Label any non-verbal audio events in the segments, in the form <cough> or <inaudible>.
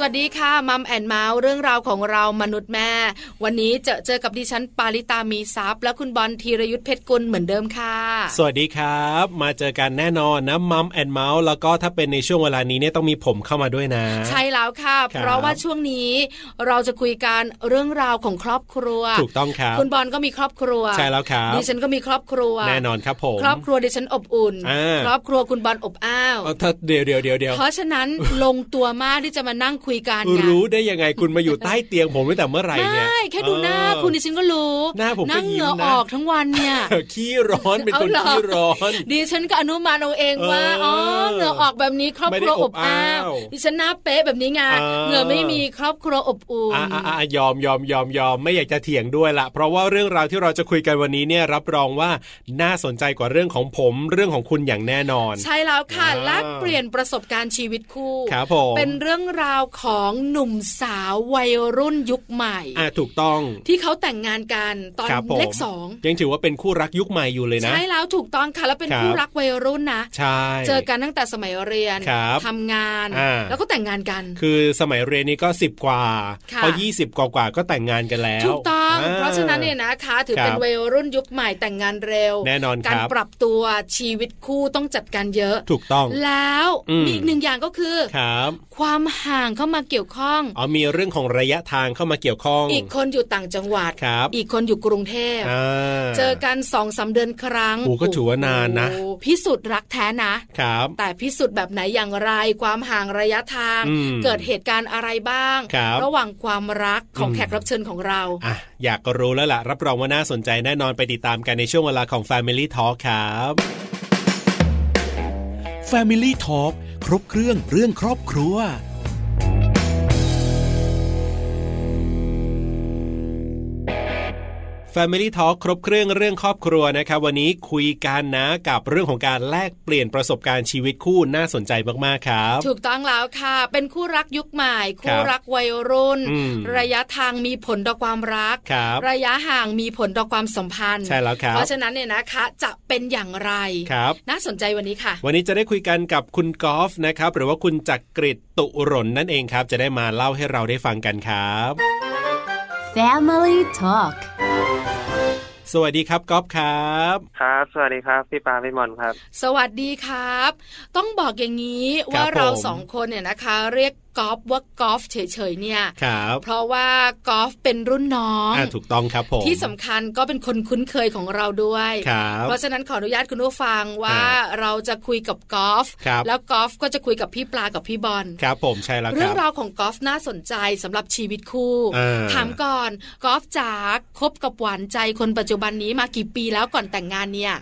สวัสดีค่ะมัมแอนเมาส์เรื่องราวของเรามนุษย์แม่ วันนี้เจอเจอกับดิฉันปาริตามีซัพย์และคุณบอลธีรยุทธเพชรกุลเหมือนเดิมค่ะ สวัสดีครับ มาเจอกันแน่นอนนะมัมแอนเมาส์แล้วก็ถ้าเป็นในช่วงเวลานี้เนี่ยต้องมีผมเข้ามาด้วยนะ ใช่แล้วค่ะ ครับ เพราะว่าช่วงนี้เราจะคุยกันเรื่องราวของครอบครัว ถูกต้องครับ คุณบอลก็มีครอบครัว ใช่แล้วครับ ดิฉันก็มีครอบครัว แน่นอนครับผม ครอบครัวดิฉันอบอุ่น อ่า ครอบครัวคุณบอลอบอ้าว เอ่อถ้าเดี๋ยวเดี๋ยวเดี๋ยวเดี๋ยว เพราะฉะนั้น <laughs> ลงตัวมากที่จะมานั่งคุยกันไง รู้ได้ยังไงคุณมาอยู่ใต้เตียงผมตั้งแต่เมื่อไหร่เนี่ย ไม่แค่ดูหน้า เออ คุณดิฉันก็รู้ หน้าผมก็ นั่งเหงื่อ ยิ้มนะ ออกทั้งวันเนี่ย ขี้ร้อนเป็นคน เอาเหรอ ขี้ร้อน ดิฉันก็อนุมานเอาเองว่า เอออ๋อ๋อ เหงื่อออกแบบนี้ครอบคไม่ได้ รัวอ อ บบ อ้า อ้าว ว ดิฉันหน้าเป๊ะแบบนี้ไง เออ เหงื่อไม่มีครอบครัวอบอุ่น อ่ะอ่ะอ่ะอ่ะยอมยอมยอมยอมไม่อยากจะเถียงด้วยละเพราะว่าเรื่องราวที่เราจะคุยกันวันนี้เนี่ยรับรองว่าน่าสนใจกว่าเรื่องของผม เรื่องของคุณอย่างแน่นอน ใช่แล้วค่ะ อ่า แลกเปลี่ยนประสบการณ์ชีวิตคู่ ครับผม เป็นเรื่องราวของหนุ่มสาววัยรุ่นยุคใหม่ อ่ะถูกต้อง ที่เขาแต่งงานกันตอน ครับผม เลขสอง ยังถือว่าเป็นคู่รักยุคใหม่อยู่เลยนะ ใช่แล้วถูกต้องค่ะ แล้วเป็น ครับ คู่รักวัยรุ่นนะ ใช่ เจอกันตั้งแต่สมัยเรียน ครับ ทำงาน อ่า แล้วก็แต่งงานกัน คือสมัยเรียนนี่ก็ 10 กว่า ค่ะ พอ 20 กว่ากว่าๆก็แต่งงานกันแล้ว ถูกต้อง า เพราะฉะนั้นเนี่ยนะคะ ถือ ครับ เป็นวัยรุ่นยุคใหม่แต่งงานเร็ว แน่นอน การ ครับ ปรับตัวชีวิตคู่ต้องจัดการเยอะ ถูกต้อง แล้ว อืม มีอีกหนึ่งอย่างก็คือ ครับ ความห่างเข้ามาเกี่ยวข้อง อ๋อมีเรื่องของระยะทางเข้ามาเกี่ยวข้อง อีกคนอยู่ต่างจังหวัด ครับ อีกคนอยู่กรุงเทพ อ่า เจอกันสองสามเดือนครั้ง โอ้ก็ถือว่านานนะ โอ้พิสูจน์รักแท้นะ ครับ แต่พิสูจน์แบบไหนอย่างไรความห่างระยะทาง อืม เกิดเหตุการณ์อะไรบ้าง ครับ ระหว่างความรักของ อืม แขกรับเชิญของเรา อ่ะอยากรู้แล้วล่ะ รับรองว่าน่าสนใจแน่นอนไปติดตามกันในช่วงเวลาของ Family Talk ครับ Family Talk ครบเครื่องเรื่องครอบครัว Family Talk ครบเครื่องเรื่องครอบครัวนะครับวันนี้คุยกันนะกับเรื่องของการแลกเปลี่ยนประสบการณ์ชีวิตคู่น่าสนใจมาก ๆ ครับ ถูกต้องแล้วค่ะ เป็นคู่รักยุคใหม่ ครั คู่ บ รักวัยรุ่น อืม ระยะทางมีผลต่อความรัก ครับ ระยะห่างมีผลต่อความสัมพันธ์ ใช่แล้วครับ เพราะฉะนั้นเนี่ยนะคะ จะเป็นอย่างไร ครับ น่าสนใจวันนี้ค่ะ วันนี้จะได้คุยกันกับคุณกอล์ฟนะครับ หรือว่าคุณจักริดตุรนนั่นเองครับ จะได้มาเล่าให้เราได้ฟังกันครับ Family Talk สวัสดีครับกอล์ฟครับ ครับ สวัสดีครับ พี่ปาพี่มอนครับ สวัสดีครับ ต้องบอกอย่างนี้ ครั ว่า บ เรา ผม สองคนเนี่ยนะคะ เรียกกอล์ฟว่ากอล์ฟเฉยๆเนี่ย ครับ เพราะว่ากอล์ฟเป็นรุ่นน้อง อ่าถูกต้องครับผม ที่สำคัญก็เป็นคนคุ้นเคยของเราด้วย ครับ เพราะฉะนั้นขออนุญาตคุณผู้ฟังว่า อ่า เราจะคุยกับกอล์ฟ ครับ แล้วกอล์ฟก็จะคุยกับพี่ปลากับพี่บอล ครับผมใช่แล้วค เรื่ รั อบ งราวของกอล์ฟน่าสนใจสำหรับชีวิตคู่ อ่า ถามก่อนกอล์ฟจ๋าคบกับหวานใจคนปัจจุบันนี้มากี่ปีแล้วก่อนแต่งงานเนี่ย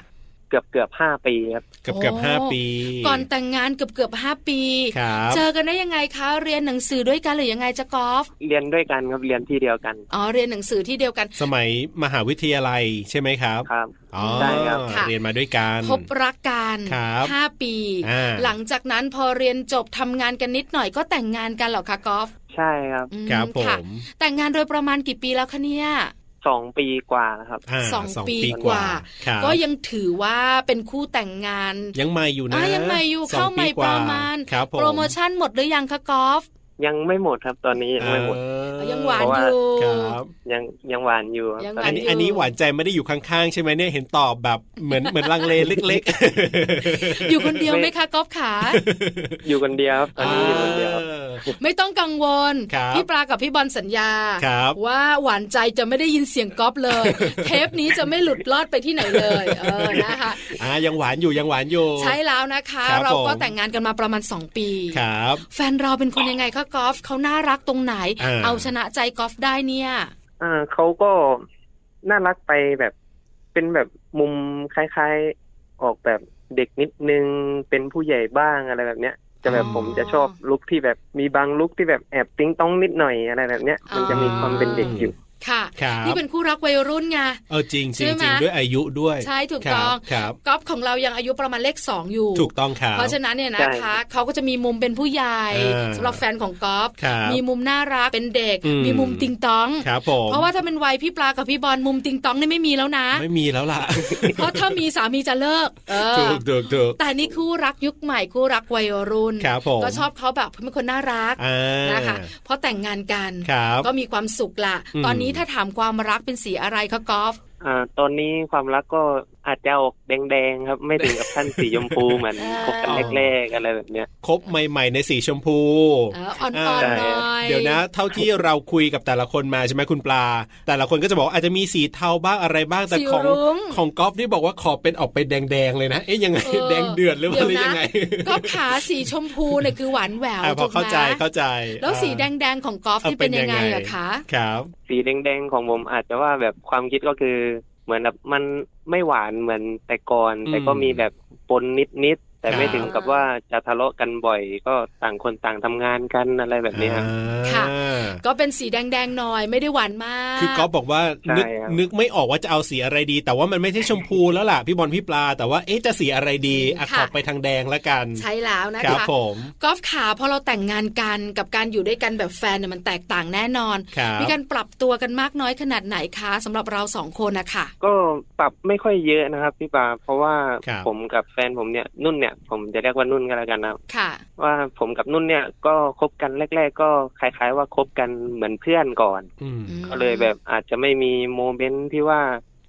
เกือบเกือบห้าปีครับ เกือบเกือบ โอ้ ห้าปี ก่อนแต่งงานเกือบเกือบๆห้าปี ครับ เจอกันได้ยังไงคะเรียนหนังสือด้วยกันหรือยังไงจะกอล์ฟ เรียนด้วยกันครับ เรียนที่เดียวกัน อ๋อเรียนหนังสือที่เดียวกัน สมัยมหาวิทยาลัยใช่ไหมครับ ครับ อ๋อ ใช่ครับ ค่ะ เรียนมาด้วยกัน พบรักกัน ครับ ห้าปี อ่า หลังจากนั้นพอเรียนจบทำงานกันนิดหน่อยก็แต่งงานกันเหรอคะกอล์ฟ ใช่ครับ อืม ครับผ ค่ะ ม แต่งงานโดยประมาณกี่ปีแล้วคะเนี่ย สองปีกว่าแล้วครับ า สองปีกว่า ครับ ก็ยังถือว่าเป็นคู่แต่งงาน ยังใหม่อยู่นะ อ่ะยังไม่อยู่ ส เข้า ปี ไม่ ก ป ว่ ระมาณ ครับผ โปรโมชั่นหมดหรือยังคะกอล์ฟ ยังไม่หมดครับ ตอนนี้ยังไม่หมด เออ ยังหวานอยู่ ครับ ยังยังหวานอยู่ครับ ยัง ตอ หวา น อัน นี้ นี้อันนี้หวานใจไม่ได้อยู่ข้างๆ ใช่ไหมเนี่ยเห็นตอบแบบเหมือนเหมือนลังเลเล็ก อยู่คนเดียวไหมคะกอล์ฟขา อยู่คนเดียวครับ ๆ ตอนนี้อยู่คนเดียวครับ อ่า ไม่ต้องกังวล ครับ พี่ปลากับพี่บอลสัญญา ครับ ว่าหวานใจจะไม่ได้ยินเสียงก๊อฟเลย <laughs> เทปนี้จะไม่หลุดลอดไปที่ไหนเลย เออนะคะ อ่ายังหวานอยู่ยังหวานอยู่ ใช่แล้วนะคะ ครับ เราก็ ผม แต่งงานกันมาประมาณ 2 ปี ครับ แฟนเราเป็นคนยังไงคะกอล์ฟเขาน่ารักตรงไหน อ่า เอาชนะใจกอล์ฟได้เนี่ย อ่าเขาก็น่ารักไปแบบ เป็นแบบมุมคล้ายๆ ออกแบบเด็กนิดนึง เป็นผู้ใหญ่บ้างอะไรแบบเนี้ย จะแบบผมจะชอบลุกที่แบบมีบางลุกที่แบบแอบติ้งต้องนิดหน่อยอะไรแบบเนี้ย มันจะมีความเป็นเด็กอยู่ ค่ะ ครับ นี่เป็นคู่รักวัยรุ่นไง เออจริงจริง ใช่ไหม จริงด้วยอายุด้วย ใช่ถูก ครับ ต้อง ครับ ก๊อฟของเรายังอายุประมาณเลขสองอยู่ ถูกต้องครับ เพราะฉะนั้นเนี่ยนะคะ เขาก็จะมีมุมเป็นผู้ใหญ่ เออ สำหรับแฟนของกอล์ฟ ครับ มีมุมน่ารักเป็นเด็ก อืม มีมุมติงต้อง ครับผม เพราะว่าถ้าเป็นวัยพี่ปลากับพี่บอลมุมติงต้องนี่ไม่มีแล้วนะ ไม่มีแล้วล่ะ เพราะถ้ามีสามีจะเลิก เออ ถูกถูกถูก แต่นี่คู่รักยุคใหม่คู่รักวัยรุ่น ครับผม ก็ชอบเขาแบบเป็นคนน่ารัก อ่าน นะคะเพราะแต่งงานกัน ครับ ก็มีความสุขละ อืม ตอนนี้ถ้าถามความรักเป็นสีอะไรคะกอล์ฟ อ่า ตอนนี้ความรักก็อาจจะออกแดงๆครับ ไม่ถึงกับขั้นสีชมพูเหมือนคบกันแรกๆอะไรแบบเนี้ย คบใหม่ ๆ ในสีชมพู เอออ่อนๆหน่อย เดี๋ยวนะ เท่าที่เราคุยกับแต่ละคนมาใช่ไหมคุณปลา แต่ละคนก็จะบอกว่าอาจจะมีสีเทาบ้างอะไรบ้างแต่ สี ของ รุ้ง ของก๊อฟนี่บอกว่าขอเป็นออกไปแดงๆเลยนะ เอ๊ยยังไง เออ แดงเดือดหรือว่าห เดี๋ รื ยว อ นะ ยังไง ก็ขาสีชมพูเนี่ยคือหวานแหวว อ่ะพถูอก เข้าใจ ไหม เข้าใจ แล้วสีแ อ่า ดงๆของกอล์ฟนี่เป็นยังไงอะคะ ครับ สีแดงๆของผมอาจจะว่าแบบความคิดก็คือ เหมือนแบบมันไม่หวานเหมือนแต่ก่อน แต่ก็มีแบบปนนิดๆแต่ไม่ถึงกับว่าจะทะเลาะกันบ่อย ก็ต่างคนต่างทำงานกันอะไรแบบเนี้ยครับ อ่า ก็เป็นสีแดงๆหน่อยไม่ได้หวานมาก คือก๊อฟบอกว่า ใช่ นึก ครับ นึกไม่ออกว่าจะเอาสีอะไรดี แต่ว่ามันไม่ใช่ชมพูแล้วล่ะพี่บอลพี่ปลา แต่ว่าเอ๊ะจะสีอะไรดีอ่ะขอไปทางแดงละกัน ใช่แล้วนะครับ คะ ผม กอล์ฟขาพอเราแต่งงานกันกับการอยู่ด้วยกันแบบแฟนเนี่ยมันแตกต่างแน่นอน ครับ มีการปรับตัวกันมากน้อยขนาดไหนคะสำหรับเราสองคนนะคะ ก็ปรับไม่ค่อยเยอะนะครับพี่ปาเพราะว่า ครับ ผมกับแฟนผมเนี่ยนุ่นเนี่ย ผมจะเรียกว่านุ่นกันแล้วกันนะครับ ค่ะ ว่าผมกับนุ่นเนี่ยก็คบกันแรก ๆ ก็คล้าย ๆ ว่าคบกันเหมือนเพื่อนก่อน อืม ก็เลยแบบอาจจะไม่มีโมเมนต์ที่ว่า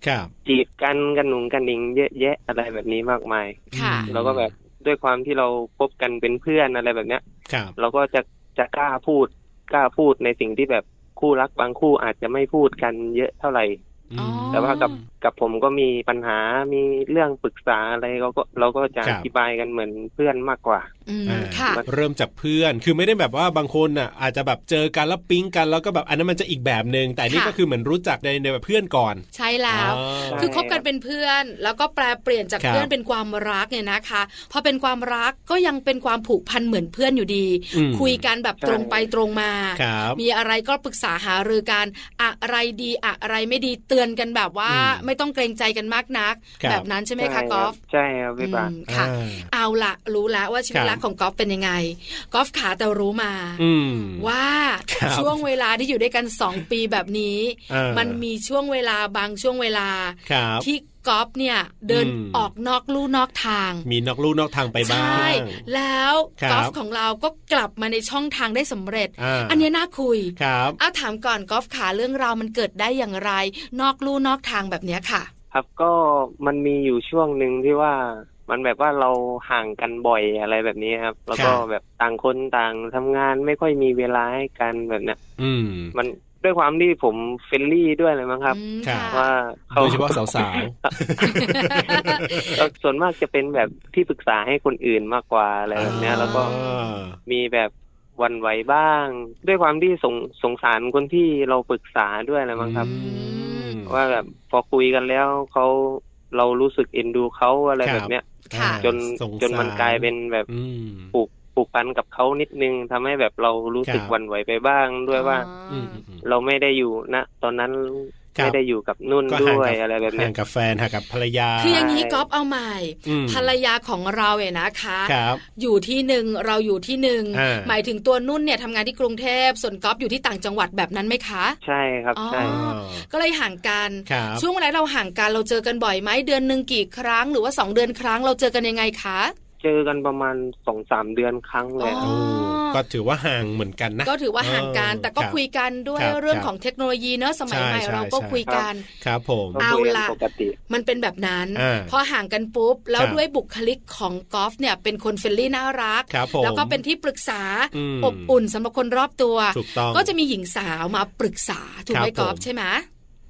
ครับ จีบกันกันหนุงกันหนิงเยอะแยะอะไรแบบนี้มากมาย ค่ะ อืม แล้วก็แบบด้วยความที่เราคบกันเป็นเพื่อนอะไรแบบเนี้ย ครับ เราก็จะจะกล้าพูดกล้าพูดในสิ่งที่แบบคู่รักบางคู่อาจจะไม่พูดกันเยอะเท่าไหร่ อืม อ๋อ แต่ว่ากับกับผมก็มีปัญหามีเรื่องปรึกษาอะไรเราก็เราก็จะ ครั อบ ธิบายกันเหมือนเพื่อนมากกว่า อืม อ่า ค่ะ เริ่มจากเพื่อน คือไม่ได้แบบว่าบางคนน่ะอาจจะแบบเจอกันแล้วปิ๊งกันแล้วก็แบบอันนั้นมันจะอีกแบบหนึ่งแต่นี่ ค่ะ ก็คือเหมือนรู้จักในในแบบเพื่อนก่อน ใช่แล้ว อ๋อ ใช่ คือคบกันเป็นเพื่อน แล้วก็แปลเปลี่ยนจาก ครับ เพื่อนเป็นความรักเนี่ยนะคะพอเป็นความรักก็ยังเป็นความผูกพันเหมือนเพื่อนอยู่ดี อืม คุยกันแบบตรงไปตรงมา ครับ มีอะไรก็ปรึกษาหารือกันอะไรดีอะไรไม่ดีเตือนกันแบบว่าไม่ต้องเกรงใจกันมากนัก ครับ แบบนั้นใช่ไหมคะ ใช่ ก รั อบ ฟ ใช่ครับพี่ปา อืมค่ะ อ่า เอาละรู้แล้วว่าชีวิตครับ รักของกอฟเป็นยังไงกอฟขาแต่รู้มา อืม ว่า ครับ ช่วงเวลาที่อยู่ด้วยกัน 2 ปีแบบนี้ เออ มันมีช่วงเวลาบางช่วงเวลา ครับ ที่กอฟเนี่ยเดิน อืม ออกนอกลู่นอกทาง มีนอกลู่นอกทางไป ใช บ้า่งแล้ว ครับ กอฟของเราก็กลับมาในช่องทางได้สำเร็จ อ่า นเนี้ยน่าคุย ครับ เอาถามก่อนกอฟขาเรื่องราวมันเกิดได้อย่างไร นอกลู่นอกทางแบบเนี้ยค่ะ ครับก็มันมีอยู่ช่วงหนึ่งที่ว่ามันแบบว่าเราห่างกันบ่อยอะไรแบบนี้ครับ แล้วก็แบบต่างคนต่างทำงานไม่ค่อยมีเวลาให้กันแบบเนี้ย อืม มันด้วยความที่ผมเฟรนลี่ด้วยเลยมั้งครับ อืม ครับ ค่ะ ว่าเขา โดยเฉพาะสาว ก็ส่วนมากจะเป็นแบบที่ปรึกษาให้คนอื่นมากกว่าอะไร ๆ แบบเนี้ย อ่า แล้วก็ อ่า มีแบบหวันไหวบ้าง ด้วยความที่สงสงสารคนที่เราปรึกษาด้วยอะไรมั้งครับ อืม ว่าแบบพอคุยกันแล้วเขาเรารู้สึกเอ็นดูเขาอะไร ครับ แบบเนี้ย ค่ะ จน สงสาร จนมันกลายเป็นแบบ อืม ผูกผูกพันกับเขานิดนึงทำให้แบบเรารู้สึก ครับ หวันไหวไปบ้างด้วยว่า อืมอืมอืม เราไม่ได้อยู่นะ ตอนนั้น ครับ ไม่ได้อยู่กับนุ่น ก็ห่าง ด้วย กั อะไรแบบเนี้ ห่าย งกับแฟนห่างกับภรรยา คืออย่าง นี้ นี้กอฟเอาใหม่ อืม ภรรยาของเราเนี่ยนะคะ ครับ อยู่ที่หนึ่งเราอยู่ที่หนึ่ง อ่า หมายถึงตัวนุ่นเนี่ยทำงานที่กรุงเทพส่วนก๊อฟอยู่ที่ต่างจังหวัดแบบนั้นไหมคะ ใช่ครับ อ๋อ ใช่ ก็เลยห่างกัน ครับ ช่วงเวลาเราห่างกันเราเจอกันบ่อยไหมเดือนหนึ่งกี่ครั้ง หรือว่าสองเดือนครั้งเราเจอกันยังไงคะ เจอกันประมาณสองสามเดือนครั้งเลย อ๋อครับ โอ้ก็ถือว่าห่างเหมือนกันนะ ก็ถือว่าห่างกัน เออ แต่ก็ รับ คุยกันด้วย ครับ เรื่อง ครับ ของเทคโนโลยีเนอะสมัย ใช่ ใหม่ ใช่ เราก็ ใช่ คุยกัน ครับผม ก็ เอา คุยกัน ล่ะ ปกติ มันเป็นแบบนั้น อ่า พอห่างกันปุ๊บ แล้ว ครับ ด้วยบุคลิกของกอล์ฟเนี่ยเป็นคนเฟรนลี่น่ารัก ครับผม แล้วก็เป็นที่ปรึกษา อืม อบอุ่นสำหรับคนรอบตัว ถูกต้อง ก็จะมีหญิงสาวมาปรึกษาถูกไหม คกรับอล์ฟ ผม ใช่ไหม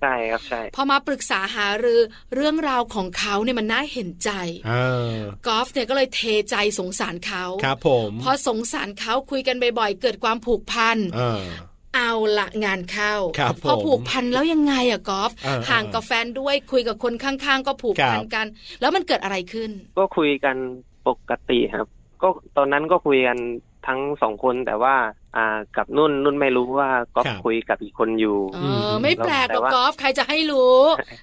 ใช่ครับใช่ พอมาปรึกษาหารือเรื่องราวของเขาเนี่ยมันน่าเห็นใจ อ่าก อล์ฟเนี่ยก็เลยเทใจสงสารเขา ครับผม พอสงสารเขาคุยกันบ่อยๆ เกิดความผูกพัน อ่า เอาละงานเข้า ครับ พอ ผม ผูกพันแล้วยังไงอะกอล์ฟ อ่า ห่างกับแฟนด้วยคุยกับคนข้างๆ ก็ผูกพัน ครับ กัน แล้วมันเกิดอะไรขึ้น ก็คุยกันปกติครับ ก็ตอนนั้นก็คุยกันทั้งสองคนแต่ว่า อ่ากับนุ่นนุ่นไม่รู้ว่าก๊อฟ ครับ คุยกับอีกคนอยู่ เออไม่แปลกหรอก แต่ว่าก อล์ฟใครจะให้รู้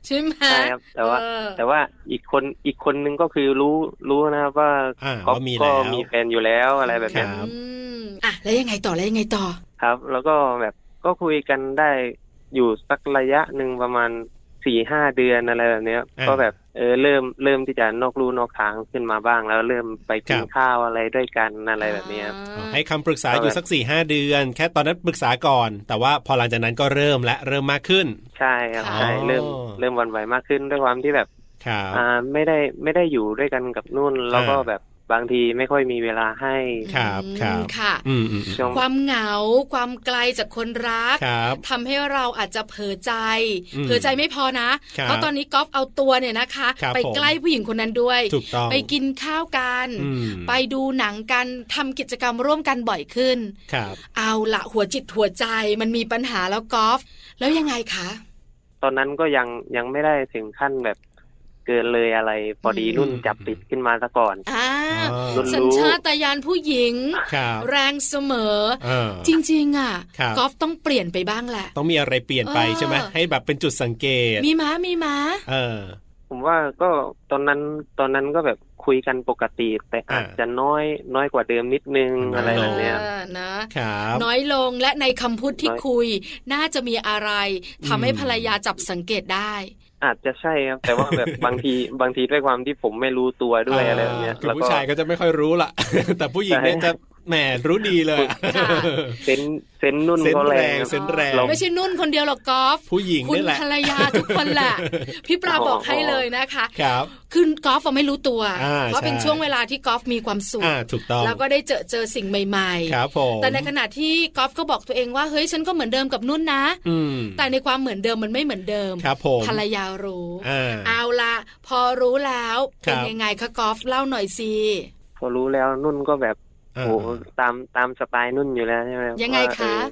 ใช่ไหม ใช่ครับแต่ว่า เออ แต่ว่าอีกคนอีกคนนึงก็คือรู้รู้นะครับว่า อ่า ก๊อฟ ว่ามี ก็ แล้ว มีแฟนอยู่แล้วอะไรแบบ ค เนี้ย รับ อืมอ่ะแล้วยังไงต่อแล้วยังไงต่อ ครับ แล้วก็แบบก็คุยกันได้อยู่สักระยะหนึ่งประมาณสี่ห้าเดือนอะไรแบบเนี้ย อ่า ก็แบบเออเริ่มเริ่มที่จะนอกลู่นอกทางขึ้นมาบ้าง แล้วเริ่มไปกิคนรับ ข้าวอะไรด้วยกันอะไรแบบเนี้ยครับ อ่า ให้คำปรึกษาอยู่สัก4ี่หเดือน แค่ตอนนั้นปรึกษาก่อน แต่ว่าพอหลังจากนั้นก็เริ่มและเริ่มมากขึ้น ใช่ครับใช่ อ๋อ เริ่มเริ่มหวันไหวมากขึ้นด้วยความที่แบบ ครับ อ่าไม่ได้ไม่ได้อยู่ด้วยกันกับนุ่น แล้วก็ อ่า แบบบางทีไม่ค่อยมีเวลาให้ ครับครับ ค่ะ อืมอืมอืม ช่วง ความเหงาความไกลจากคนรัก ครับ ทำให้เราอาจจะเผลอใจ อืม เผลอใจไม่พอนะ ครับ เพราะตอนนี้กอล์ฟเอาตัวเนี่ยนะคะ ครับ ไป ผม ใกล้ผู้หญิงคนนั้นด้วย ถูกต้อง ไปกินข้าวกัน อืม ไปดูหนังกันทำกิจกรรมร่วมกันบ่อยขึ้น ครับ เอาละหัวจิตหัวใจมันมีปัญหาแล้วกอล์ฟแล้วยังไงคะ ตอนนั้นก็ยังยังไม่ได้ถึงขั้นแบบเกินเลยอะไร พอดี อืม นุ่นจับปิดขึ้นมาซะก่อน อ่า อ๋อ สัญชาตญาณผู้หญิง ครับ แรงเสมอ เออ จริง ๆ อ่ะ ครับ กอล์ฟต้องเปลี่ยนไปบ้างแหละ ต้องมีอะไรเปลี่ยนไปใช่ไหม เออ ให้แบบเป็นจุดสังเกต มีม้ามีม้า เออ ผมว่าก็ตอนนั้นตอนนั้นก็แบบคุยกันปกติ แต่ อ่า อาจจะน้อยน้อยกว่าเดิมนิดนึง น้อย อะไรแบบเนี้ย ออนะครับ น้อยลงและในคำพูดที่ น้อย คุย น่าจะมีอะไรทำให้ อืม ภรรยาจับสังเกตได้ อาจจะใช่ครับ แต่ว่าแบบ <laughs> บางทีบางทีด้วยความที่ผมไม่รู้ตัวด้วยอะไรแบบเนี้ย คือ แล้ว ผู้ ก็ ชายก็จะไม่ค่อยรู้ละ <laughs> แต่ผู้หญิงเนี่ย ใช่ จะแหมรู้ดีเลยอะ ค่ะ เซนส์เซนส์นุ่น เซนส์ ก็แร แรง ง ครับ เซนส์แรง เรา ไม่ใช่นุ่นคนเดียวหรอกกอล์ฟ ผู้หญิง คุณ นี่แหละ ภรรยาทุกคน <laughs> แหละ พี่ปลาบอกให้เลยนะคะ ครับ คือกอล์ฟอะไม่รู้ตัว อ่า เพราะเป็น ใช่ ช่วงเวลาที่กอล์ฟมีความสุข อ่าถูกต้อง แล้วก็ได้เจอเจอสิ่งใหม่ ครับผม ๆ แต่ในขณะที่กอล์ฟก็บอกตัวเองว่าเฮ้ยฉันก็เหมือนเดิมกับนุ่นนะ อืม แต่ในความเหมือนเดิมมันไม่เหมือนเดิม ครับผม ภรรยารู้ อ่า เอาละพอรู้แล้ว คเป็รัน บ ยังไงคะกอล์ฟเล่าหน่อยสิ พอรู้แล้วนุ่นก็แบบ อ่า โอ้โหตามตามสไตล์นุ่นอยู่แล้วใช่ไหม ยังไง ว่าเอ คะ อ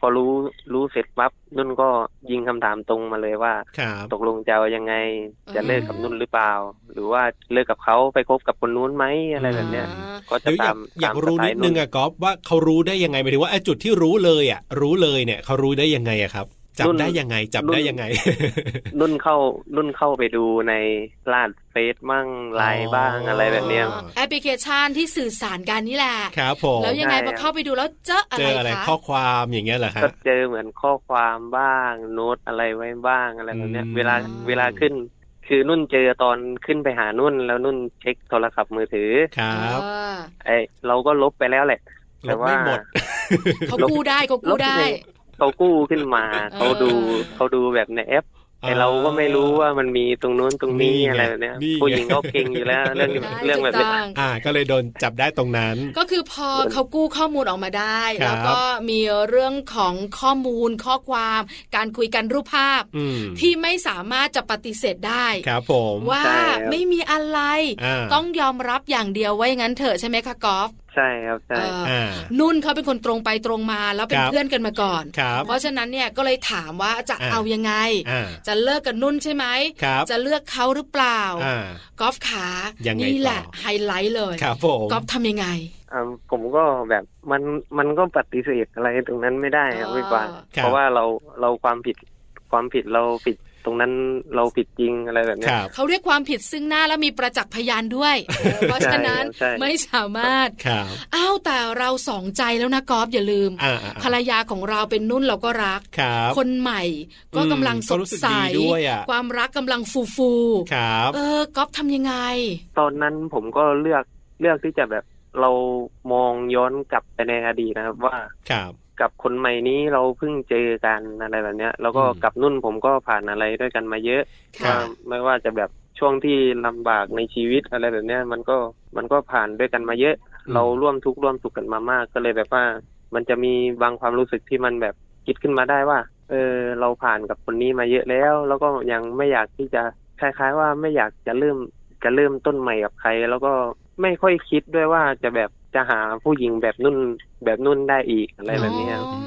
พอรู้รู้เสร็จปั๊บนุ่นก็ยิงคำถามตรงมาเลยว่า ครับ ตกลงจะเอายังไง อืม จะเลิกกับนุ่นหรือเปล่า หรือว่าเลิกกับเขาไปคบกับคนนู้นไหมอะไรแบบเนี้ย อ่า ก็จะ เดี๋ยวตายอาก ม อยาก ตม รู้ สไต นิด ล์ นึงอะก๊อฟว่าเขารู้ได้ยังไงหมายถึงว่าไอ้จุดที่รู้เลยอะรู้เลยเนี่ยเขารู้ได้ยังไงอะครับจับได้ยังไงจับได้ยังไง <laughs> นุ่นเข้านุ่นเข้าไปดูในลาดเฟซมั่งไลน์บ้าง อ๋ออ อะไรแบบเนี้ย แอปพลิเคชันที่สื่อสารกันนี่แหละ ครับผม แล้วยังไง ใช่ พอ ครับ เข้าไปดูแล้วเจออะ เจ ไร ออะไร คะ ข้อความอย่างเงี้ยเหรอฮะ ก็เจอเหมือนข้อความบ้าง โน้ตอะไรไว้บ้างอะไรแบบเนี้ย อืม เวลาเวลาขึ้น คือนุ่นเจอตอนขึ้นไปหานุ่น แล้วนุ่นเช็คโทรศัพท์มือถือ ครับ เออ ไอเราก็ลบไปแล้วแหละ ล แต่ บ ว่า ไม่หมด เขากู้ได้เขา ล กู้ บ ได้ ในเขากู้ขึ้นมาเขาดู เออ เขาดูแบบในแอปแต่เราก็ไม่รู้ว่ามันมีตรงนู้นตรงนี้ นี่ไง อะไรแบบเนี้ย นี่ไง ผู้หญิงก็เก่งอยู่ <laughs> แล้ว เรื่อง ได้ เรื่องแบบเนี้ย ถูกต้ อ่า ก็เลยโดนจับได้ตรงนั้น ก็คือพอเขากู้ข้อมูลออกมาได้ ครับ แล้วก็มีเรื่องของข้อมูลข้อความ การคุยกันรูปภาพ อืม ที่ไม่สามารถจะปฏิเสธได้ ครับผม ว่า ใช่ครับ ไม่มีอะไร อ่า ต้องยอมรับอย่างเดียวว่าอย่างนั้นเถอะใช่ไหมคะกอล์ฟ ใช่ครับใช่ เอ่ออ อ่า นุ่นเขาเป็นคนตรงไปตรงมาแล้วเป็น ครับ เพื่อนกันมาก่อน ครับ เพราะฉะนั้นเนี่ยก็เลยถามว่าจะ อ่า เอายังไง อ่า จะเลิกกับนุ่นใช่ไหม ครับ จะเลือกเขาหรือเปล่า อ่า กอล์ฟขา ยังไง นี่แหละ ต่อ ไฮไลท์เลย ครับผม กอล์ฟทำยังไง อ่าผมก็แบบมันมันก็ปฏิเสธอะไรตรงนั้นไม่ได้ครับพี่ปาเพราะว่าเราเราความผิดความผิดเราผิดตรงนั้นเราผิดจริงอะไรแบบเนี้ ค ย รับ เขาเรียกความผิดซึ่งหน้าและมีประจักษ์พยานด้วย เพราะฉะนั้น ใช่ครับใช่ ไม่สามารถ ครับ อ้าวแต่เราสองใจแล้วนะกอล์ฟอย่าลืม อ่าอ่า ภรรยาของเราเป็นนุ่นเราก็รัก ครับ คนใหม่ก็ อืม กำลังส ก็ ด รู้สึก ใส ดีด้วยอะ ความรักกำลังฟูฟู ครับ เออก๊อฟทำยังไง ตอนนั้นผมก็เลือกเลือกที่จะแบบเรามองย้อนกลับไปในอดีตนะครับ ว่า ครับ กับคนใหม่นี้เราเพิ่งเจอกันอะไรแบบเนี้ย แล้วก็ อืม กับนุ่นผมก็ผ่านอะไรด้วยกันมาเยอะ ครั ว่า บ ไม่ว่าจะแบบช่วงที่ลำบากในชีวิตอะไรแบบเนี้ยมันก็มันก็ผ่านด้วยกันมาเยอะ เราร่วมทุกข์ร่วมสุขกันมามาก ก็เลยแบบว่า มันจะมีบางความรู้สึกที่มันแบบคิดขึ้นมาได้ว่า เออ เราผ่านกับคนนี้มาเยอะแล้ว แล้วก็ยังไม่อยากที่จะคล้าย ๆ ว่าไม่อยากจะเริ่มจะเริ่มต้นใหม่กับใคร แล้วก็ไม่ค่อยคิดด้วยว่าจะแบบจะหาผู้หญิงแบบนุ่นแบบนุ่นได้อีกอะไรแบบนี้ครับ อ๋อ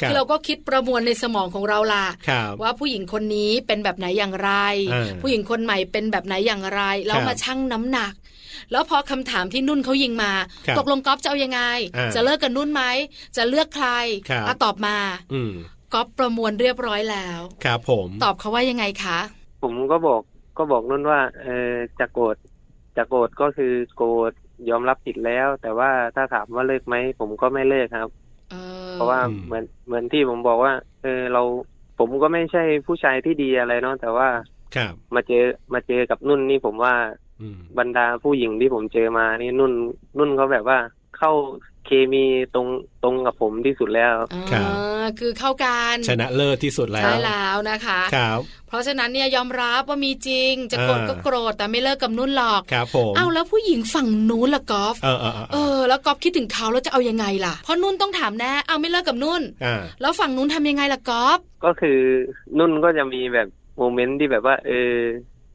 ครับ อเราก็คิดประมวลในสมองของเราล่ะ ครับ ว่าผู้หญิงคนนี้เป็นแบบไหนอย่างไร อ่า ผู้หญิงคนใหม่เป็นแบบไหนอย่างไร แล้ว ครับ มาชั่งน้ำหนัก แล้วพอคำถามที่นุ่นเขายิงมา ครับ ตกลงก๊อฟจะเอายังไง อ่า จะเลิกกับนุ่นไหม จะเลือกใคร ครับ อ่ะตอบมา อืม ก๊อฟประมวลเรียบร้อยแล้ว ครับผม ตอบเขาว่ายังไงคะ ผมก็บอกก็บอกนุ่นว่า เออจะโกรธจะโกรธก็คือโกรธยอมรับผิดแล้ว แต่ว่าถ้าถามว่าเลิกไหมผมก็ไม่เลิกครับ เออ เพราะว่าเหมือนเหมือนที่ผมบอกว่า เออเราผมก็ไม่ใช่ผู้ชายที่ดีอะไรเนาะแต่ว่า ครับ มาเจอมาเจอกับนุ่นนี่ผมว่า อืม บรรดาผู้หญิงที่ผมเจอมานี่นุ่น นุ่นเขาแบบว่าเข้าเคมีตรงตรงกับผมที่สุดแล้ว เออคือเข้ากัน ชนะเลิศที่สุดแล้ว ใช่แล้วนะคะ ครับ เพราะฉะนั้นเนี่ยยอมรับว่ามีจริง จะโกรธ อ่า ก็โกรธแต่ไม่เลิกกับนุ่นหรอก ครับผม เอาแล้วผู้หญิงฝั่งนู้นล่ะกอล์ฟ เออเออเออ เออแล้วก๊อฟคิดถึงเขาแล้วจะเอายังไงล่ะ เพราะนุ่นต้องถามแน่เอาไม่เลิกกับนุ่น อ่า แล้วฝั่งนุ่นทำยังไงล่ะก๊อฟ ก็คือนุ่นก็จะมีแบบโมเมนต์ที่แบบว่า เออ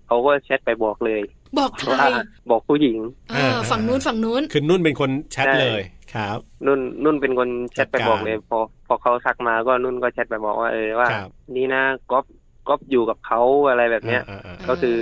เขาก็แชทไปบอกเลย บอกใคร ว่าบอกผู้หญิง เออ <laughs> ฝั่งนู้นฝั่งนู้น คือนุ่นเป็นคนแชท ใช่ เลยครับ นุ่นนุ่นเป็นคนแชทไปบอกเลย จัดการ พอพอเขาทักมาก็นุ่นก็แชทไปบอกว่าเออว่า ครับ นี่นะก๊อฟก๊อฟอยู่กับเขาอะไรแบบเนี้ย อ่าอ่าอ่า ก็คือ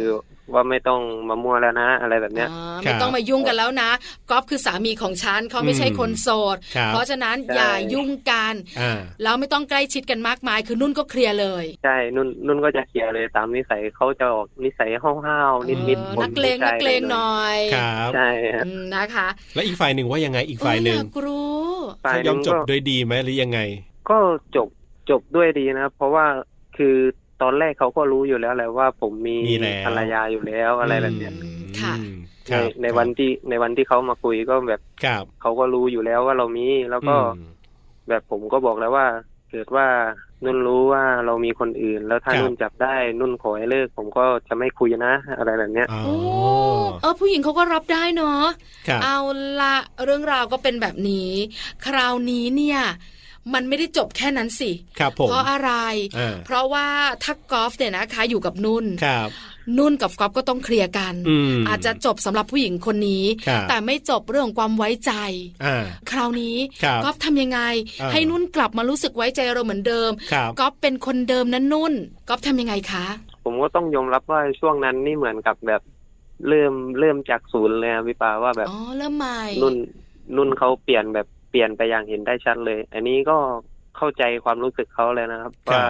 ว่าไม่ต้องมามั่วแล้วนะอะไรแบบเนี้ย อ่า ครั ไม่ บ ต้องมายุ่งกันแล้วนะก๊อฟคือสามีของฉันเขาไม่ใช่ อืม คนโสด ครับ เพราะฉะนั้นอใช่ย่ายุ่งกัน อ่า แล้วไม่ต้องใกล้ชิดกันมากมาย คือนุ่นก็เคลียร์เลย ใช่นุ่นนุ่นก็จะเคลียร์เลยตามนิสัยเขาจะออกนิสัยห้าวๆนิด เออ ๆบ่ นักเลง ผู้ชา นักเลงหน่อย ครับ ใช่ฮะ อืมนะคะ และอีกฝ่ายหนึ่งว่ายังไงอีกฝ่ายหนึ่ เอง ออยากรู้ ฝ่า เขา ยห ยอมนึ่ง จบ ก็ โดยดีไหมหรือยังไง ก็จบจบด้วยดีนะ เพราะว่าคือตอนแรกเขาก็รู้อยู่แล้วแหละว่าผมมี มีแล้ว ภรรยาอยู่แล้วอะไรแบบเนี้ย อืมค ใน รับ ในวันที่ในวันที่เขามาคุยก็แบบ ครับ เขาก็รู้อยู่แล้วว่าเรามีแล้วก็ อืม แบบผมก็บอกแล้วว่าเกิดว่านุ่นรู้ว่าเรามีคนอื่น แล้วถ้า ครับ นุ่นจับได้นุ่นขอให้เลิก ผมก็จะไม่คุยนะ อะไรแบบเนี้ย อ๋อ โอ้เออผู้หญิงเขาก็รับได้เนาะ ครับ เอาละเรื่องราวก็เป็นแบบนี้ คราวนี้เนี่ย มันไม่ได้จบแค่นั้นสิ ครับผม เพราะอะไร อ่า เพราะว่าถ้ากอล์ฟเนี่ยนะคะอยู่กับนุ่น ครับ นุ่นกับกอล์ฟก็ต้องเคลียร์กัน อืม อาจจะจบสำหรับผู้หญิงคนนี้ ครับ แต่ไม่จบเรื่องความไว้ใจ อ่า คราวนี้ ครับ กอล์ฟทำยังไง อ่า ให้นุ่นกลับมารู้สึกไว้ใจเราเหมือนเดิม ครับ กอล์ฟเป็นคนเดิมนะนุ่นกอล์ฟทำยังไงคะ ผมก็ต้องยอมรับว่าช่วงนั้นนี่เหมือนกับแบบเริ่มเริ่มจากศูนย์เลยอะพี่ปาว่าแบบ อ๋อเริ่มใหม่ นุ่นนุ่นเขาเปลี่ยนแบบเปลี่ยนไปอย่างเห็นได้ชัดเลย อันนี้ก็เข้าใจความรู้สึกเขาเลยนะครับ ครับ ว่า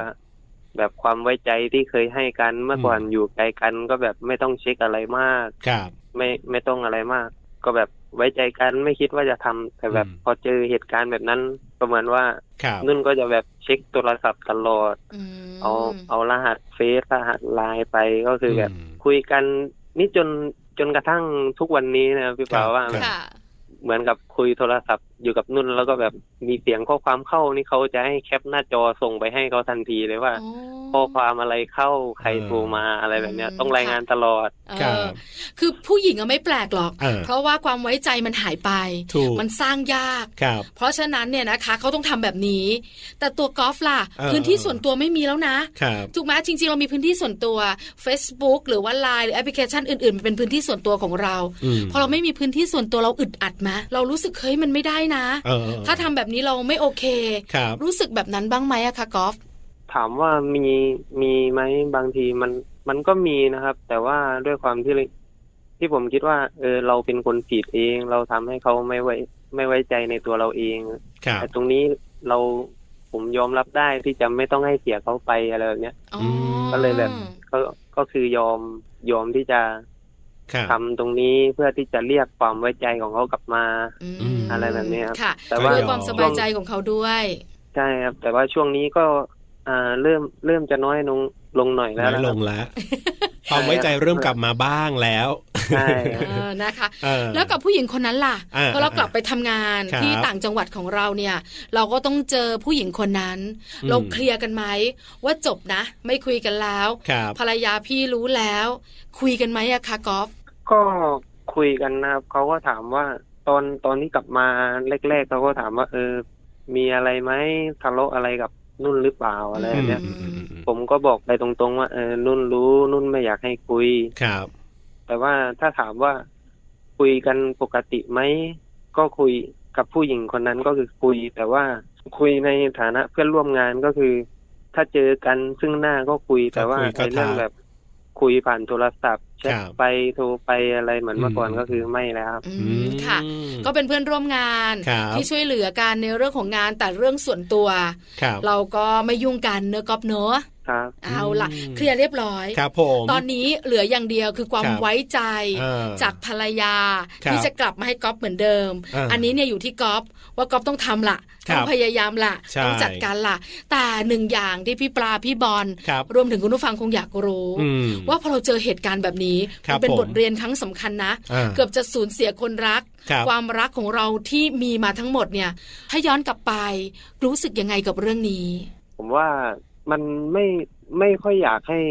แบบความไว้ใจที่เคยให้กันเมื่อก่อน อืม อยู่ไกลกัน ก็แบบไม่ต้องเช็คอะไรมาก ครับ ไม่ไม่ต้องอะไรมาก ก็แบบไว้ใจกันไม่คิดว่าจะทำแต่แบบ อืม พอเจอเหตุการณ์แบบนั้น ประมาณว่า ครับ นุ่นก็จะแบบเช็คโทรศัพท์ตลอด อืม เอาเอารหัสเฟซรหัสไลน์ไปก็คืออแบบ อืม คุยกันนี่จนจนกระทั่งทุกวันนี้นะพี่ ครั ป่า บ ว่า ครับ ค่ะ เหมือนกับคุยโทรศัพท์อยู่กับนุ่นแล้วก็แบบมีเสียงข้อความเข้านี่เขาจะให้แคปหน้าจอส่งไปให้เขาทันทีเลยว่า ข้อความอะไรเข้าใครโทรมาอะไรแบบเนี้ย อืม ต้องราย ค่ะ งานตลอด เอ ครับ อคือผู้หญิงอะไม่แปลกหรอก เออ เพราะว่าความไว้ใจมันหายไป ถูก มันสร้างยาก ครับ เพราะฉะนั้นเนี่ยนะคะเขาต้องทำแบบนี้ แต่ตัวกอล์ฟล่ะ เออ พื้นที่ส่วนตัวไม่มีแล้วนะ ครับ ถูกไหมจริง ๆ เรามีพื้นที่ส่วนตัว Facebook หรือว่า Line หรือแอปพลิเคชันอื่นๆมันเป็นพื้นที่ส่วนตัวของเรา อืม พอเราไม่มีพื้นที่ส่วนตัวเราอึดอัดไหมเรารู้สึกเฮ้ยมันไม่ได้นะ เออเออ ถ้าทำแบบนี้เราไม่โอเค ครับ รู้สึกแบบนั้นบ้างไหมอะคะกอล์ฟ ถามว่ามีมีไหมบางทีมันมันก็มีนะครับ แต่ว่าด้วยความที่ที่ผมคิดว่า เออเราเป็นคนผิดเอง เราทำให้เขาไม่ไว้ไม่ไว้ใจในตัวเราเอง ครับ แต่ตรงนี้เราผมยอมรับได้ที่จะไม่ต้องให้เสียเขาไปอะไรแบบเนี้ย อ๋อ ม ก็เลยแบบ ก็ก็คือยอมยอมที่จะ ครับ ทำตรงนี้เพื่อที่จะเรียกความไว้ใจของเขากลับมา ม อืม อะไรแบบนี้ครับ ค่ะ แต่ ก็ ว่า เพื่อความสบายใจของเขาด้วย ใช่ครับ แต่ว่าช่วงนี้ก็อ่าเริ่มเริ่มจะน้อยลงลงหน่อยแล้ น้ ว อย นะลครับ งแล้วความไว้ใจเริ่มกลับมาบ้างแล้ว ใช่ครับ <laughs> เออนะคะ เออ แล้วกับผู้หญิงคนนั้นล่ะ อ่า พอเรากลับไปทำงาน ครับ ที่ต่างจังหวัดของเราเนี่ย เราก็ต้องเจอผู้หญิงคนนั้น อืม เราเคลียร์กันไหมว่าจบนะ ไม่คุยกันแล้ว ครับ ภรรยาพี่รู้แล้ว คุยกันไหมอะคะกอล์ฟ ก็คุยกันนะครับเขาก็ถามว่าตอนตอนที่กลับมาแรกๆเขาก็ถามว่า เออ มีอะไรไหมทะเลาะอะไรกับนุ่นหรือเปล่าอะไรแบบเนี้ย อืมอืมอืมอืม ผมก็บอกไปตรงๆว่าเออนุ่นรู้นุ่นไม่อยากให้คุย ครับ แต่ว่าถ้าถามว่าคุยกันปกติไหมก็คุยกับผู้หญิงคนนั้นก็คือคุย แต่ว่า คุยในฐานะเพื่อนร่วมงานก็คือ ถ้าเจอกันซึ่งหน้าก็คุยแต่ว่า คุยก็ ในเรื่อง ทัก แบบคุยผ่านโทรศัพท์แชท ครับ ไปโทรไปอะไรเหมือนเมื่อก่อน อืม ก็คือไม่แล้วครับ อืมค่ะ ก็เป็นเพื่อนร่วมงาน ครับ ที่ช่วยเหลือกันในเรื่องของงานแต่เรื่องส่วนตัว ครับ เราก็ไม่ยุ่งกันเนอะก๊อฟเนอะ ครับ เอาล่ะ อืม เคลียร์เรียบร้อย ครับผม ตอนนี้เหลืออย่างเดียวคือความ ครับ ไว้ใจ เออ จากภรรยา ครับ ที่จะกลับมาให้ก๊อฟเหมือนเดิม อ่า อันนี้เนี่ยอยู่ที่ก๊อฟว่าก๊อฟต้องทำละ ครั ต้ บ องพยายามละ ใช่ ต้องจัดการละแต่หนึ่งอย่างที่พี่ปลาพี่บอล ครับ รวมถึงคุณผู้ฟังคงอยากรู้ อืม ว่าพอเราเจอเหตุการณ์แบบนี้ ครั มั บ นเป็น ผม บทเรียนครั้งสำคัญนะ อ่า เกือบจะสูญเสียคนรัก ครับ ความรักของเราที่มีมาทั้งหมดเนี่ยถ้าย้อนกลับไป รู้สึกยังไงกับเรื่องนี้ ผมว่ามันไม่ไม่ค่อยอยากให้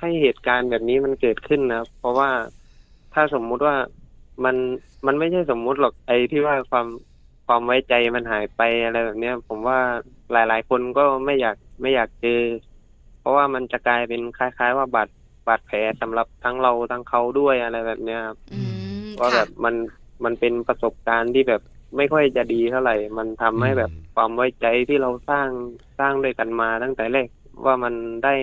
ให้เหตุการณ์แบบนี้มันเกิดขึ้นนะครับเพราะว่าถ้าสมมุติว่ามันมันไม่ใช่สมมุติหรอกไอ้ที่ว่าความความไว้ใจมันหายไปอะไรแบบเนี้ย ผมว่าหลาย ๆ คนก็ไม่อยากไม่อยากเจอ เพราะว่ามันจะกลายเป็นคล้าย ๆ ว่าบาดบาดแผลสำหรับทั้งเราทั้งเขาด้วยอะไรแบบเนี้ยครับ อืม ว่าแบ ค่ะ บมันมันเป็นประสบการณ์ที่แบบไม่ค่อยจะดีเท่าไหร่ มันทำให้ อืม แบบความไว้ใจที่เราสร้างสร้างด้วยกันมาตั้งแต่แรกว่ามันได้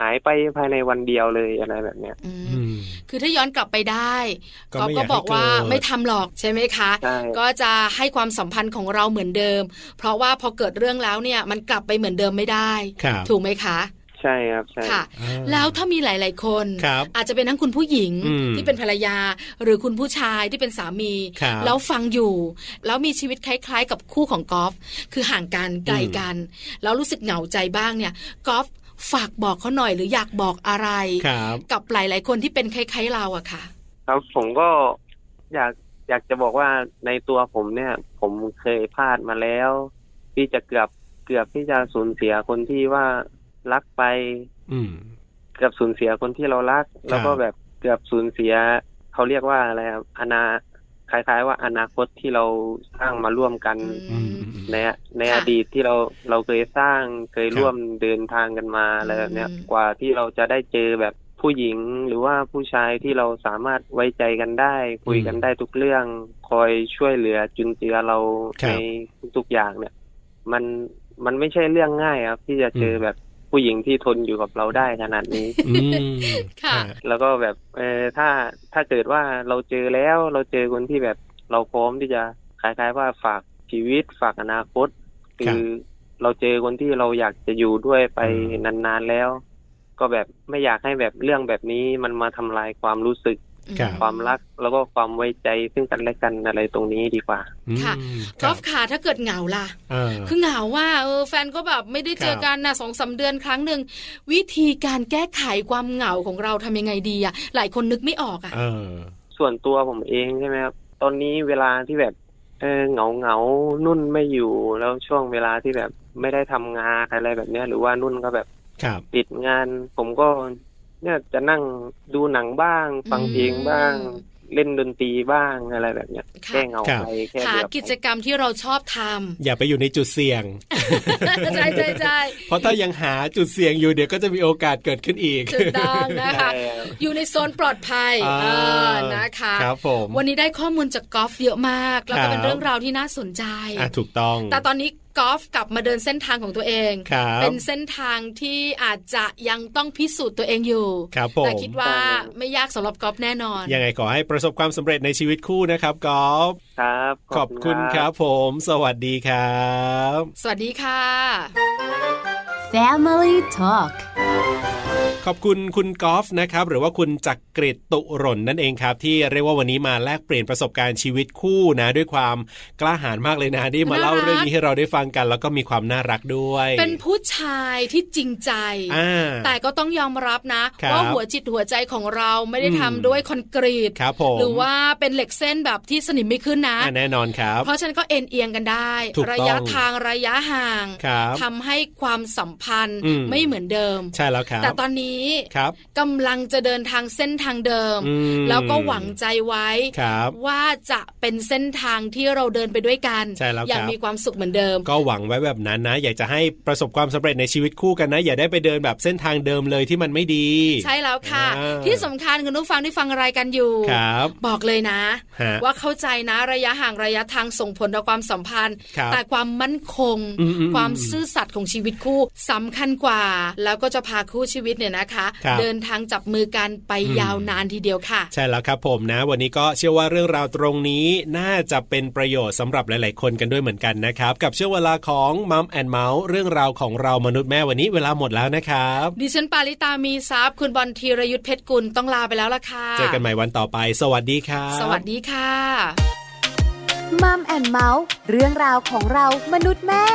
หายไปภายในวันเดียวเลยอะไรแบบเนี้ย อืม อืม คือถ้าย้อนกลับไปได้ ก็ อฟ ไม่ ก็ อยากให้ บอกว่า เกิด ไม่ทำหรอกใช่ไหมคะ ใช่ ก็จะให้ความสัมพันธ์ของเราเหมือนเดิม เพราะว่าพอเกิดเรื่องแล้วเนี่ยมันกลับไปเหมือนเดิมไม่ได้ ครับ ถูกไหมคะ ใช่ครับใช่ ค่ะ อ่า แล้วถ้ามีหลาย ๆ คน ครับ อาจจะเป็นทั้งคุณผู้หญิง อืม ที่เป็นภรรยา หรือคุณผู้ชายที่เป็นสามี ครับ แล้วฟังอยู่ แล้วมีชีวิตคล้าย ๆ กับคู่ของกอล์ฟคือห่างกันไกลกัน แล้วรู้สึกเหงาใจบ้างเนี่ยกอล์ฟฝากบอกเขาหน่อยหรืออยากบอกอะไร ครับ กับหลาย ๆ คนที่เป็นคล้าย ๆ เราอะค่ะ ครับผมก็อยากอยากจะบอกว่าในตัวผมเนี่ย ผมเคยพลาดมาแล้ว ที่จะเกือบเกือบที่จะสูญเสียคนที่ว่ารักไป อืม เกือบสูญเสียคนที่เรารัก แล้วก็แบบเกือบสูญเสีย เขาเรียกว่าอะไรครับอนาคล้ายๆ ว่าอนาคตที่เราสร้างมาร่วมกัน อืมอืม ในใน ค่ะ อดีตที่เราเราเคยสร้างเคย ครับ ร่วมเดินทางกันมาอะไรแบบเนี้ย อืม กว่าที่เราจะได้เจอแบบผู้หญิงหรือว่าผู้ชายที่เราสามารถไว้ใจกันได้ คุยกันได้ทุกเรื่อง คอยช่วยเหลือจุนเจือเราในทุกๆอย่างเนี่ย มันมันไม่ใช่เรื่องง่ายครับ ที่จะเจอแบบผู้หญิงที่ทนอยู่กับเราได้ขนาดนี้ อืม ค่ะ อ่า แล้วก็แบบเออถ้าถ้าเกิดว่าเราเจอแล้วเราเจอคนที่แบบเราพร้อมที่จะคล้ายๆว่าฝากชีวิตฝากอนาคต ครั คื บ อเราเจอคนที่เราอยากจะอยู่ด้วยไปนานๆแล้ว ก็แบบไม่อยากให้แบบเรื่องแบบนี้มันมาทำลายความรู้สึก อืม ครับ ความรัก แล้วก็ความไว้ใจซึ่งกันและกันอะไรตรงนี้ดีกว่า ค่ะ อืม กอล์ฟค่ะถ้าเกิดเหงาล่ะ อ่า คือเหงาว่าเออแฟนก็แบบไม่ได้เจอ ครับ กันนะสองสามเดือนครั้งหนึ่งวิธีการแก้ไขความเหงาของเราทำยังไงดีอะหลายคนนึกไม่ออกอะ เออ ส่วนตัวผมเองใช่ไหมครับตอนนี้เวลาที่แบบเออเหงาเหงาๆนุ่นไม่อยู่แล้วช่วงเวลาที่แบบไม่ได้ทำงานอะไรแบบเนี้ยหรือว่านุ่นก็แบบ ครับ ติดงานผมก็เนี่ยจะนั่งดูหนังบ้าง ฟังเพลงบ้าง เล่นดนตรีบ้างอะไรแบบเนี้ยแก้เหงาไปแค่ หา เบื่อไป กิจกรรมที่เราชอบท อย่าไปอยู่ในจุดเสี่ <laughs> ยง <laughs> ำ ใช่ใช่ใช่ เพราะถ้ายังหาจุดเสี่ยงอยู่เดี๋ยวก็จะมีโอกาสเกิดขึ้นอีก ถูกต้องนะคะ ใช่ครับ อยู่ในโซนปลอดภัย อ่า เออนะคะ ครับผม วันนี้ได้ข้อมูลจากกอล์ฟเยอะมาก แล้วก็เป็น ครับ เรื่องราวที่น่าสนใจ อ่ะถูกต้อง แต่ตอนนี้กอล์ฟกลับมาเดินเส้นทางของตัวเอง ครับ เป็นเส้นทางที่อาจจะยังต้องพิสูจน์ตัวเองอยู่ ครับผม แต่คิดว่าไม่ยากสำหรับกอล์ฟแน่นอน ยังไงขอให้ประสบความสำเร็จในชีวิตคู่นะครับกอล์ฟ ครับ ขอบคุณครับผม สวัสดีครับ สวัสดีค่ะ Family Talk ขอบคุณคุณกอล์ฟนะครับ หรือว่าคุณจักกริตตุหร่นนั่นเองครับ ที่เรียกว่าวันนี้มาแลกเปลี่ยนประสบการณ์ชีวิตคู่นะ ด้วยความกล้าหาญมากเลยนะที่มา น่ารัก เล่าเรื่องนี้ให้เราได้ฟังกัน แล้วก็มีความน่ารักด้วย เป็นผู้ชายที่จริงใจ อ่า แต่ก็ต้องยอมรับนะ ครับ ว่าหัวจิตหัวใจของเราไม่ได้ อืม ทำด้วยคอนกรีต ครับผม หรือว่าเป็นเหล็กเส้นแบบที่สนิมไม่ขึ้นนะ อ่าแน่นอนครับ เพราะฉะนันก็เอ็นเอียงกันได้ ถูกต้อง ระยะทางระยะห่าง ครับ ทำให้ความสัมพันธ์ อืม ไม่เหมือนเดิม ใช่แล้วครับ แต่ตอนนี้ นี้ ครับ กำลังจะเดินทางเส้นทางเดิม อืม แล้วก็หวังใจไว้ ครับ ว่าจะเป็นเส้นทางที่เราเดินไปด้วยกัน ใช่แล้ว อย่าง ครับ มีความสุขเหมือนเดิม ก็หวังไว้แบบนั้นนะ อยากจะให้ประสบความสำเร็จในชีวิตคู่กันนะ อย่าได้ไปเดินแบบเส้นทางเดิมเลยที่มันไม่ดี ใช่แล้วค่ะ อ่า ที่สำคัญคุณผู้ฟังที่ฟังรายการอยู่ ครับ บอกเลยนะ ฮะ ว่าเข้าใจนะระยะห่างระยะทางส่งผลต่อความสัมพันธ์ ครับ แต่ความมั่นคง อืมอืม ความซื่อสัตย์ของชีวิตคู่สำคัญกว่า แล้วก็จะพาคู่ชีวิตเนี่ยนะคะ ครับ เดินทางจับมือกันไป อืม ยาวนานทีเดียวค่ะ ใช่แล้วครับผมนะ วันนี้ก็เชื่อว่าเรื่องราวตรงนี้น่าจะเป็นประโยชน์สำหรับหลาย ๆ คนกันด้วยเหมือนกันนะครับ กับช่วงเวลาของมัมแอนเมาส์เรื่องราวของเรามนุษย์แม่วันนี้เวลาหมดแล้วนะครับ ดิฉันปาริตามีซัพย์คุณบอลธีรยุทธเพชรกุลต้องลาไปแล้วล่ะค่ะ เจอกันใหม่วันต่อไป สวัสดีครับ สวัสดีค่ะ มัมแอนเมาส์เรื่องราวของเรามนุษย์แม่